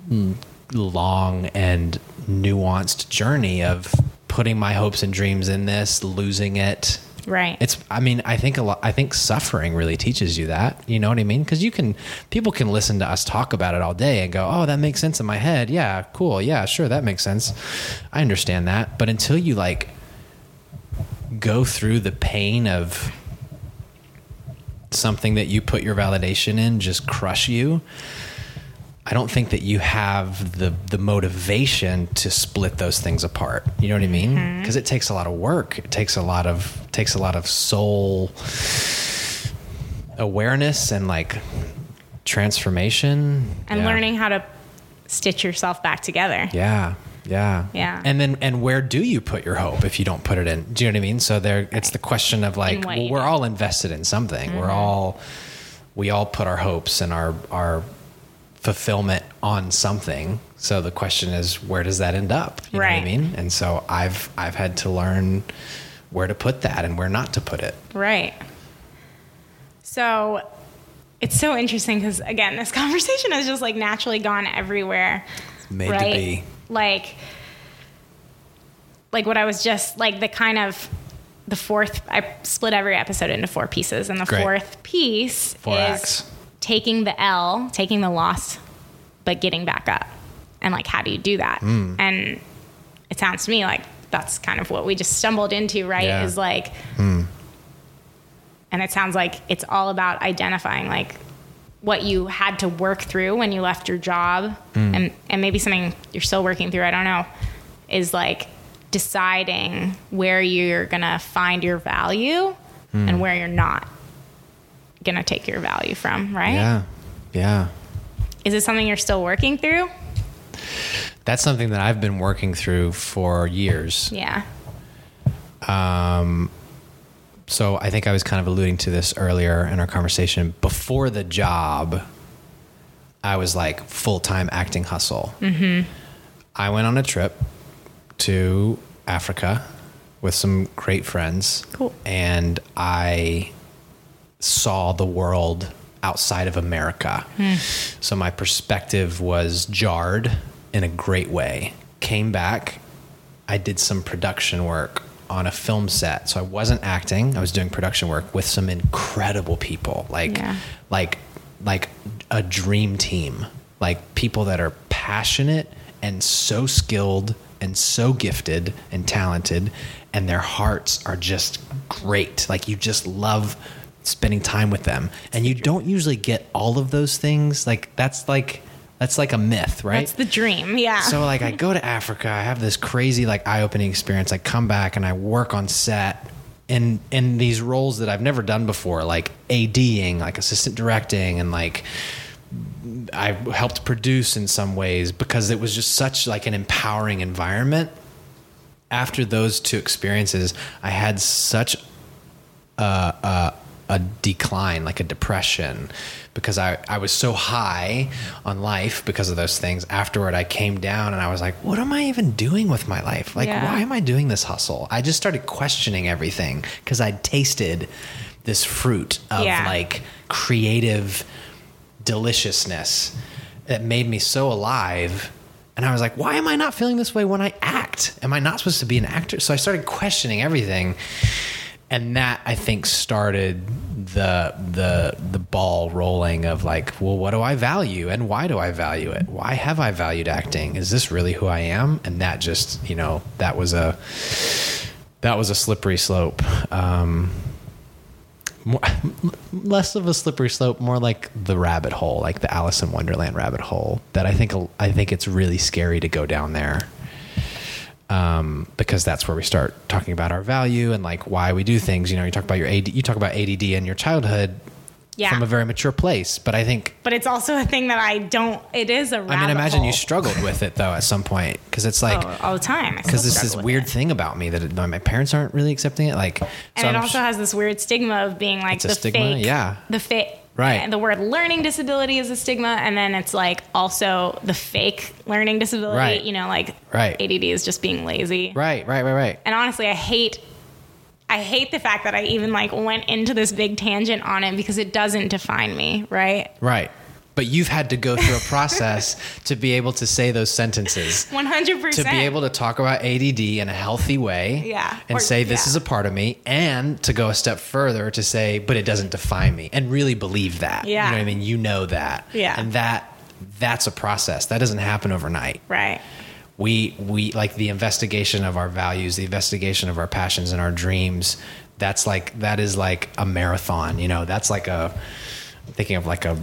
C: mm, long and nuanced journey of putting my hopes and dreams in this, losing it,
D: Right.
C: it's i mean i think a lot i think suffering really teaches you that you know what i mean because you can people can listen to us talk about it all day and go oh that makes sense in my head yeah cool yeah sure that makes sense i understand that but until you like go through the pain of something that you put your validation in just crush you I don't think that you have the the motivation to split those things apart. You know what I mean?
D: Mm-hmm.
C: Because it takes a lot of work. It takes a lot of takes a lot of soul awareness and like transformation
D: and
C: Yeah.
D: learning how to stitch yourself back together.
C: Yeah. Yeah.
D: Yeah.
C: And then and where do you put your hope if you don't put it in? Do you know what I mean? So there it's the question of like
D: In what
C: well,
D: you
C: we're
D: do. Mm-hmm.
C: all invested in something. We're all we all put our hopes and our our fulfillment on something. So the question is where does that end up? You know
D: Right.
C: what I mean? And so I've I've had to learn where to put that and where not to put it.
D: Right. So it's so interesting because, again, this conversation has just like naturally gone everywhere.
C: Made
D: right?
C: to be.
D: Like, like what I was just like the kind of the fourth. I split every episode into four pieces, and the
C: Great.
D: fourth piece
C: Four
D: is
C: acts.
D: taking the L, taking the loss, but getting back up, and like how do you do that?
C: Hmm.
D: And it sounds to me like that's kind of what we just stumbled into, right?
C: Yeah. Hmm.
D: Is like, and it sounds like it's all about identifying like what you had to work through when you left your job
C: Mm.
D: and, and maybe something you're still working through, I don't know, is like deciding where you're gonna find your value
C: Mm.
D: and where you're not gonna take your value from, right?
C: Yeah. Yeah.
D: Is it something you're still working through?
C: That's something that I've been working through for years.
D: Yeah.
C: so I think I was kind of alluding to this earlier in our conversation. Before the job, I was like full time acting hustle. Mm-hmm. I went on a trip to Africa with some great friends.
D: Cool.
C: And I saw the world outside of America. So my perspective was jarred in a great way. Came back, I did some production work on a film set. So I wasn't acting, I was doing production work with some incredible people. Like
D: Yeah.
C: like like a dream team. Like people that are passionate and so skilled and so gifted and talented and their hearts are just great. Like you just love spending time with them. And you don't usually get all of those things. Like that's like that's like a myth, right?
D: That's the dream. Yeah.
C: So like I go to Africa, I have this crazy like eye-opening experience. I come back and I work on set in in these roles that I've never done before, like ADing, like assistant directing and like I helped produce in some ways because it was just such like an empowering environment after those two experiences, I had such a decline, like a depression, because I, I was so high on life because of those things. Afterward, I came down and I was like, what am I even doing with my life? Like,
D: Yeah.
C: why am I doing this hustle? I just started questioning everything because I'd tasted this fruit of
D: Yeah.
C: like creative deliciousness that made me so alive. And I was like, why am I not feeling this way when I act? Am I not supposed to be an actor? So I started questioning everything. And that I think started the the the ball rolling of like, well, what do I value and why do I value it? Why have I valued acting? Is this really who I am? And that just, you know, that was a that was a slippery slope. Um, more, less of a slippery slope, more like the rabbit hole, like the Alice in Wonderland rabbit hole. That I think I think it's really scary to go down there, um, because that's where we start talking about our value and like why we do things. You know, you talk about your AD, you talk about ADD in your childhood
D: Yeah.
C: from a very mature place, but I think
D: but it's also a thing that I don't. It is a rabbit
C: I mean, imagine
D: hole. Oh,
C: you struggled with it though at some point because it's like.
D: all, all the time I still
C: because it's this
D: struggle with
C: weird
D: it.
C: thing about me that it, my parents aren't really accepting it. Like,
D: and it also has this weird stigma of being like
C: a
D: the
C: stigma,
D: fake,
C: yeah.
D: the fake.
C: Right.
D: And the word learning disability is a stigma, and then it's like also the fake learning disability.
C: Right.
D: You know, like
C: Right.
D: ADD is just being lazy.
C: right, right, right, right.
D: And honestly, I hate, I hate the fact that I even like went into this big tangent on it because it doesn't define me, right?
C: Right. But you've had to go through a process to be able to say those sentences.
D: One hundred
C: To
D: percent.
C: be able to talk about ADD in a healthy way
D: Yeah.
C: and
D: Or-
C: say, this
D: yeah.
C: is a part of me, and to go a step further to say, but it doesn't define me, and really believe that.
D: Yeah.
C: You know what I mean? You know that.
D: Yeah.
C: And that. That's a process that doesn't happen overnight
D: right.
C: we we like the investigation of our values the investigation of our passions and our dreams that's like that is like a marathon you know that's like a I'm thinking of like a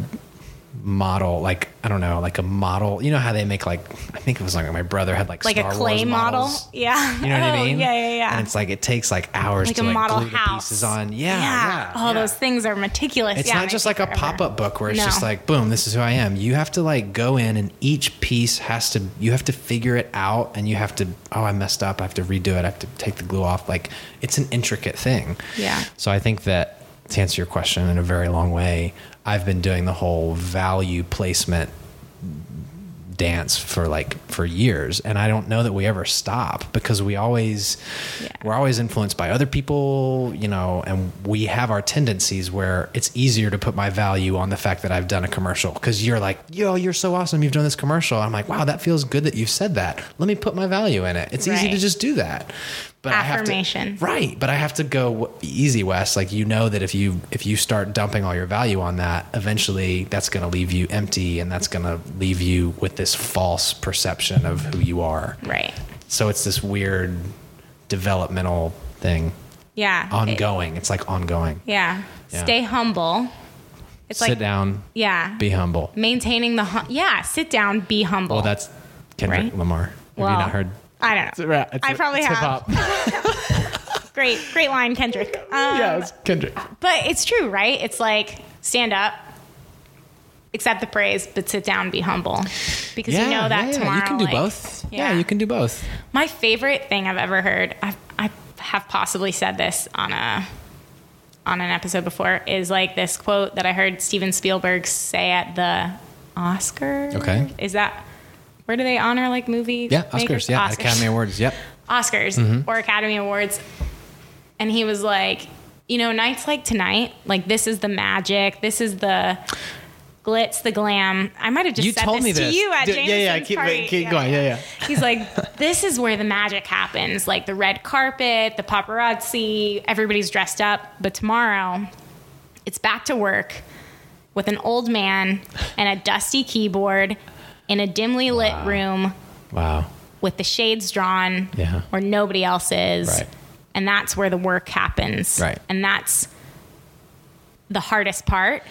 C: model like i don't know like a model you know how they make like i think it was like my brother had like
D: Like
C: Star
D: a
C: Wars
D: clay model.
C: models.
D: Yeah.
C: you know what
D: Oh,
C: i mean
D: Yeah, yeah, yeah.
C: and it's like it takes like hours
D: like
C: to
D: a
C: like
D: model
C: glue
D: house.
C: the pieces on yeah
D: yeah.
C: yeah,
D: Oh,
C: yeah.
D: those things are meticulous.
C: It's
D: yeah,
C: not
D: and I
C: just
D: take
C: like a
D: forever.
C: pop up book where it's
D: No.
C: just like, boom, this is who I am. You have to like go in and each piece has to, you have to figure it out and you have to, oh, I messed up. I have to redo it. I have to take the glue off. Like it's an intricate thing.
D: Yeah.
C: So I think that to answer your question in a very long way, I've been doing the whole value placement dance for like for years and i don't know that we ever stop because we always we're always influenced by other people you know and we have our tendencies where it's easier to put my value on the fact that i've done a commercial because you're like yo you're so awesome you've done this commercial i'm like wow that feels good that you've said that let me put my value in it it's easy
D: Right.
C: to just do that but I
D: Affirmation.
C: have to, right but i have to go w- easy wes like you know that if you if you start dumping all your value on that eventually that's going to leave you empty and that's going to leave you with this false perception of who you are
D: Right.
C: so it's this weird developmental thing
D: Yeah. It-
C: ongoing it's like ongoing
D: yeah.
C: Yeah.
D: Stay humble. It's
C: sit
D: like
C: down
D: yeah.
C: be humble
D: Maintaining the hum- yeah. Sit down. Be humble.
C: well that's kendrick
D: Right?
C: lamar have
D: Well,
C: you not heard
D: I don't know. I probably have.
C: hip-hop.
D: Great, great line, Kendrick. Um,
C: yeah it's kendrick
D: But it's true, right? It's like stand up, accept the praise, but sit down, be humble, because you know that
C: yeah,
D: tomorrow
C: you can do
D: like-
C: both yeah you can do both
D: My favorite thing I've ever heard, I've, I have possibly said this on a on an episode before, is like this quote that I heard Steven Spielberg say at the Oscar.
C: Okay.
D: is that where do they honor like movie?
C: Yeah,
D: makers?
C: Oscars. Yeah, Academy Awards. Mm-hmm. Yep.
D: Oscars or Academy Awards. And he was like, you know, nights like tonight, like this is the magic, this is the glitz, the glam. I might have just said this, to you at
C: D-
D: Jameson's
C: yeah, yeah. Keep,
D: party.
C: keep going. Yeah, yeah.
D: He's like, this is where the magic happens, like the red carpet, the paparazzi, everybody's dressed up. But tomorrow, it's back to work with an old man and a dusty keyboard in a dimly lit
C: Wow.
D: room
C: Wow.
D: with the shades drawn
C: Yeah.
D: where nobody else is.
C: Right.
D: And that's where the work happens.
C: Right.
D: And that's the hardest part.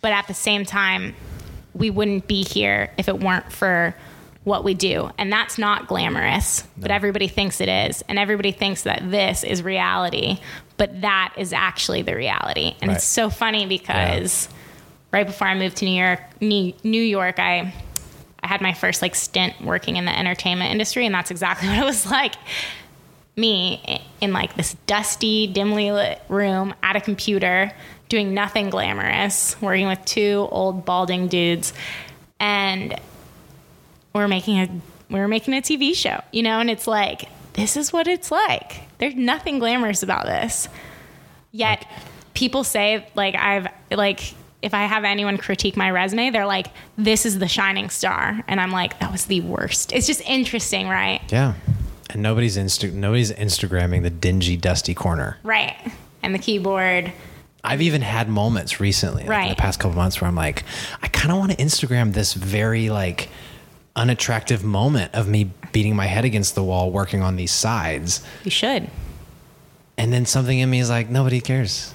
D: But at the same time, we wouldn't be here if it weren't for what we do. And that's not glamorous, but everybody thinks it is. And everybody thinks that this is reality, but that is actually the reality. And
C: Right.
D: it's so funny because right before I moved to New York, New, New York, I I had my first like stint working in the entertainment industry and that's exactly what it was like. me i- in like this dusty, dimly lit room at a computer, doing nothing glamorous, working with two old balding dudes, and we're making a we're making a TV show, you know, and it's like this is what it's like. There's nothing glamorous about this. Yet people say like I've like if I have anyone critique my resume, they're like this is the shining star and I'm like that was the worst. It's just interesting, right?
C: Yeah. And nobody's insta- nobody's Instagramming the dingy, dusty corner.
D: Right. And the keyboard.
C: I've even had moments recently, like in the
D: Right.
C: past couple months, where I'm like, I kind of want to Instagram this very like unattractive moment of me beating my head against the wall, working on these sides,
D: You should.
C: and then something in me is like, nobody cares,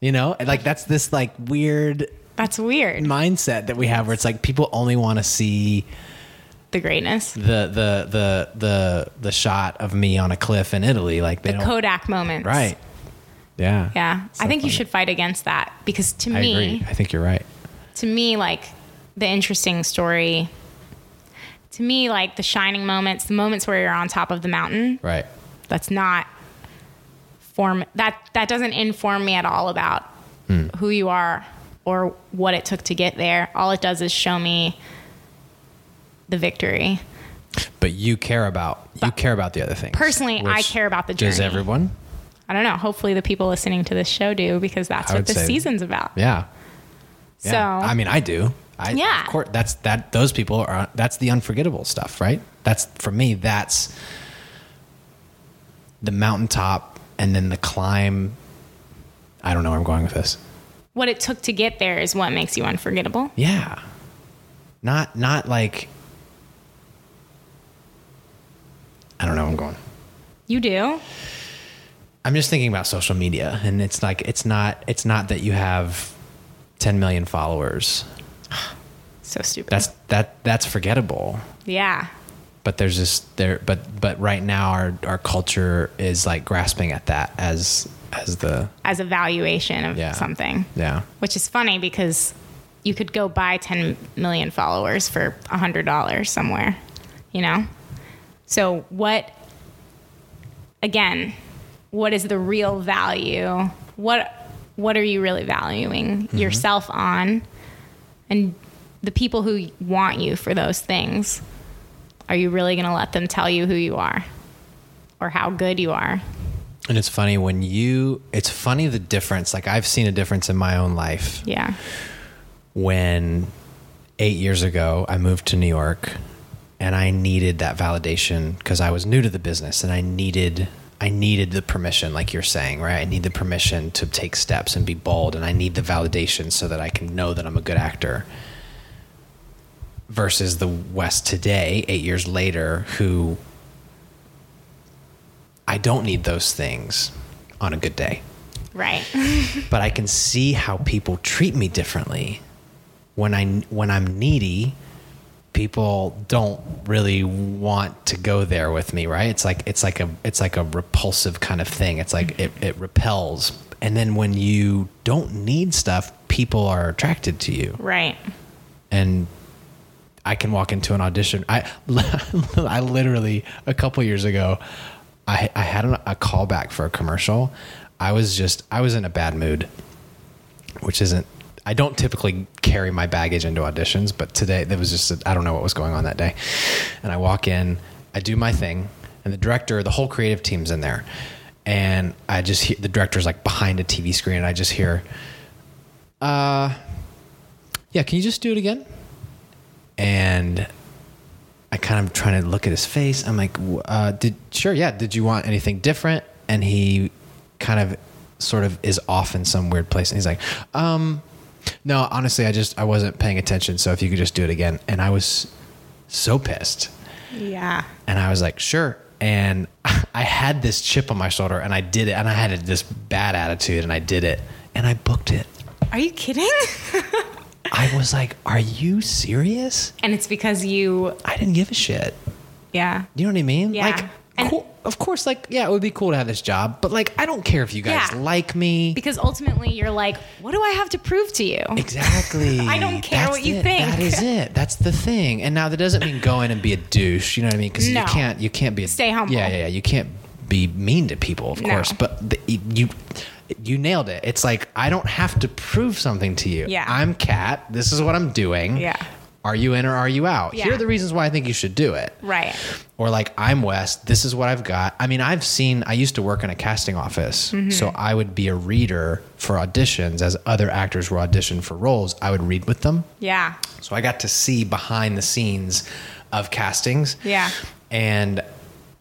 C: you know? And, Like that's this like weird
D: That's weird.
C: mindset that we have where it's like people only want to see
D: the greatness.
C: the the the the the shot of me on a cliff in Italy, like they
D: The
C: don't
D: Kodak moments.
C: right, yeah,
D: Yeah.
C: So
D: I think you
C: funny.
D: should fight against that because to
C: I
D: me
C: agree. I think you're right.
D: to me like the interesting story to me like the shining moments the moments where you're on top of the mountain
C: Right.
D: that's not form that that doesn't inform me at all about
C: Hmm.
D: who you are or what it took to get there all it does is show me the victory
C: but you care about you care about the other things.
D: Personally, I
C: which
D: care about the
C: Does
D: journey.
C: everyone?
D: i don't know hopefully the people listening to this show do because that's
C: I
D: what
C: would
D: the
C: say-
D: season's about
C: Yeah. yeah.
D: so
C: I mean, I do. I,
D: Yeah.
C: Of course, that's that. Those people are. That's the unforgettable stuff, right? That's for me. That's the mountaintop, and then the climb. I don't know where I'm going with this.
D: what it took to get there is what makes you unforgettable
C: Yeah. Not not like. I don't know. where I'm going.
D: you do
C: I'm just thinking about social media, and it's like it's not it's not that you have 10 million followers.
D: so stupid
C: That's that that's forgettable.
D: yeah
C: But there's this there, but but right now our our culture is like grasping at that as as the
D: as a valuation of
C: Yeah.
D: something
C: yeah
D: which is funny because you could go buy 10 million followers for $100 somewhere, you know? So, what, again, what is the real value? What, what are you really valuing yourself on? And the people who want you for those things, are you really going to let them tell you who you are or how good you are?
C: and it's funny when you it's funny the difference like I've seen a difference in my own life
D: Yeah.
C: when 8 years ago I moved to New York and I needed that validation cuz I was new to the business and I needed I needed the permission like you're saying, right? I need the permission to take steps and be bold and I need the validation so that I can know that I'm a good actor. Versus the West today, 8 years later, who I don't need those things on a good day
D: Right.
C: but I can see how people treat me differently. When I when I'm needy, people don't really want to go there with me, right? It's like it's like a it's like a repulsive kind of thing. It's like it, it repels. And then when you don't need stuff, people are attracted to you
D: right.
C: and I can walk into an audition. I I literally a couple years ago, I I had an, a callback for a commercial. I was just I was in a bad mood, which isn't. I don't typically carry my baggage into auditions, but today there was just I I don't know what was going on that day, and I walk in, I do my thing, and the director, the whole creative team's in there, and I just hear the director's like behind a TV screen, and I just hear. Yeah, can you just do it again? And I kind of trying to look at his face. I'm like, w- uh, did sure, yeah. Did you want anything different? And he kind of, sort of, is off in some weird place. And he's like, um, no, honestly, I just I wasn't paying attention. So if you could just do it again, and I was so pissed.
D: Yeah.
C: And I was like, sure. And I had this chip on my shoulder, and I did it. And I had this bad attitude, and I did it, and I booked it.
D: Are you kidding?
C: I was like, are you serious?
D: and it's because you
C: I didn't give a shit.
D: Yeah.
C: You know what I mean?
D: Yeah.
C: Like,
D: And-
C: cool, of course, like, yeah, it would be cool to have this job, but like, I don't care if you guys
D: Yeah.
C: like me.
D: Because ultimately you're like, what do I have to prove to you?
C: Exactly.
D: I don't care
C: That's
D: what you
C: it.
D: think.
C: That is it. That's the thing. And now that doesn't mean go in and be a douche. You know what I mean? Because
D: No.
C: you can't. You can't be. A,
D: Stay humble.
C: Yeah, yeah, yeah. You can't be mean to people, of
D: No.
C: course, but the, you you nailed it. It's like I don't have to prove something to you.
D: Yeah.
C: I'm cat. This is what I'm doing.
D: Yeah.
C: Are you in or are you out? Here
D: Yeah.
C: are the reasons why I think you should do it.
D: Right.
C: Or like I'm West. This is what I've got. I mean, I've seen. I used to work in a casting office, so I would be a reader for auditions as other actors were auditioned for roles. I would read with them.
D: Yeah.
C: So I got to see behind the scenes of castings.
D: Yeah.
C: And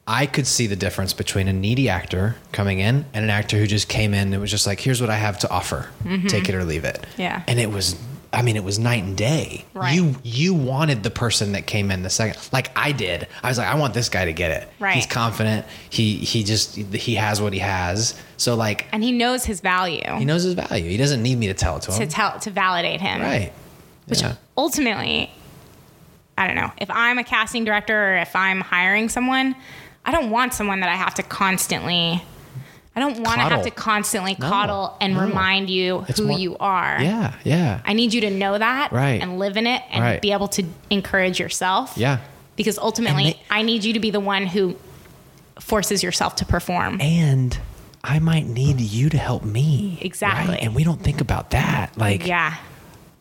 C: I could see the difference between a needy actor coming in and an actor who just came in and was just like, here's what I have to offer. Take it or leave it.
D: Mm-hmm. Yeah.
C: And it was I mean, it was night and day.
D: Right.
C: You you wanted the person that came in the second like I did. I was like, I want this guy to get it.
D: Right.
C: He's confident. He he just he has what he has. So like
D: And he knows his value
C: he knows his value. He doesn't need me to tell it to
D: to
C: him.
D: tell to validate him.
C: right.
D: Which
C: Yeah.
D: ultimately, I don't know. If I'm a casting director or if I'm hiring someone, I don't want someone that I have to constantly. I don't want to have
C: Coddle.
D: to constantly
C: No,
D: coddle and
C: no.
D: remind you
C: It's
D: who
C: more-
D: you are.
C: Yeah, yeah.
D: I need you to know that
C: Right.
D: and live in it and
C: Right.
D: be able to encourage yourself.
C: Yeah.
D: Because ultimately,
C: And they-
D: I need you to be the one who forces yourself to perform.
C: And I might need you to help me.
D: Exactly.
C: And we don't think about that. Like,
D: yeah.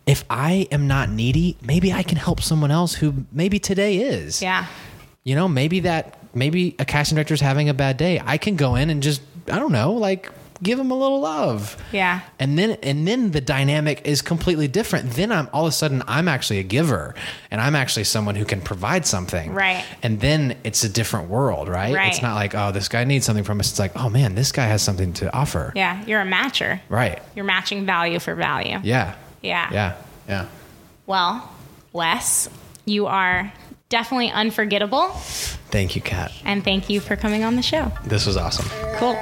C: if I am not needy, maybe I can help someone else who maybe today is.
D: Yeah.
C: You know, maybe that, maybe a casting director is having a bad day. I can go in and just, I don't know, like give them a little love.
D: Yeah.
C: And then, and then the dynamic is completely different. Then I'm all of a sudden I'm actually a giver, and I'm actually someone who can provide something.
D: Right.
C: And then it's a different world, right?
D: Right.
C: It's not like oh this guy needs something from us. It's like oh man this guy has something to offer.
D: Yeah. You're a matcher.
C: Right.
D: You're matching value for value.
C: Yeah.
D: Yeah.
C: Yeah. Yeah.
D: Well, Wes, you are definitely unforgettable.
C: Thank you, Kat.
D: And thank you for coming on the show.
C: This was awesome.
D: Cool.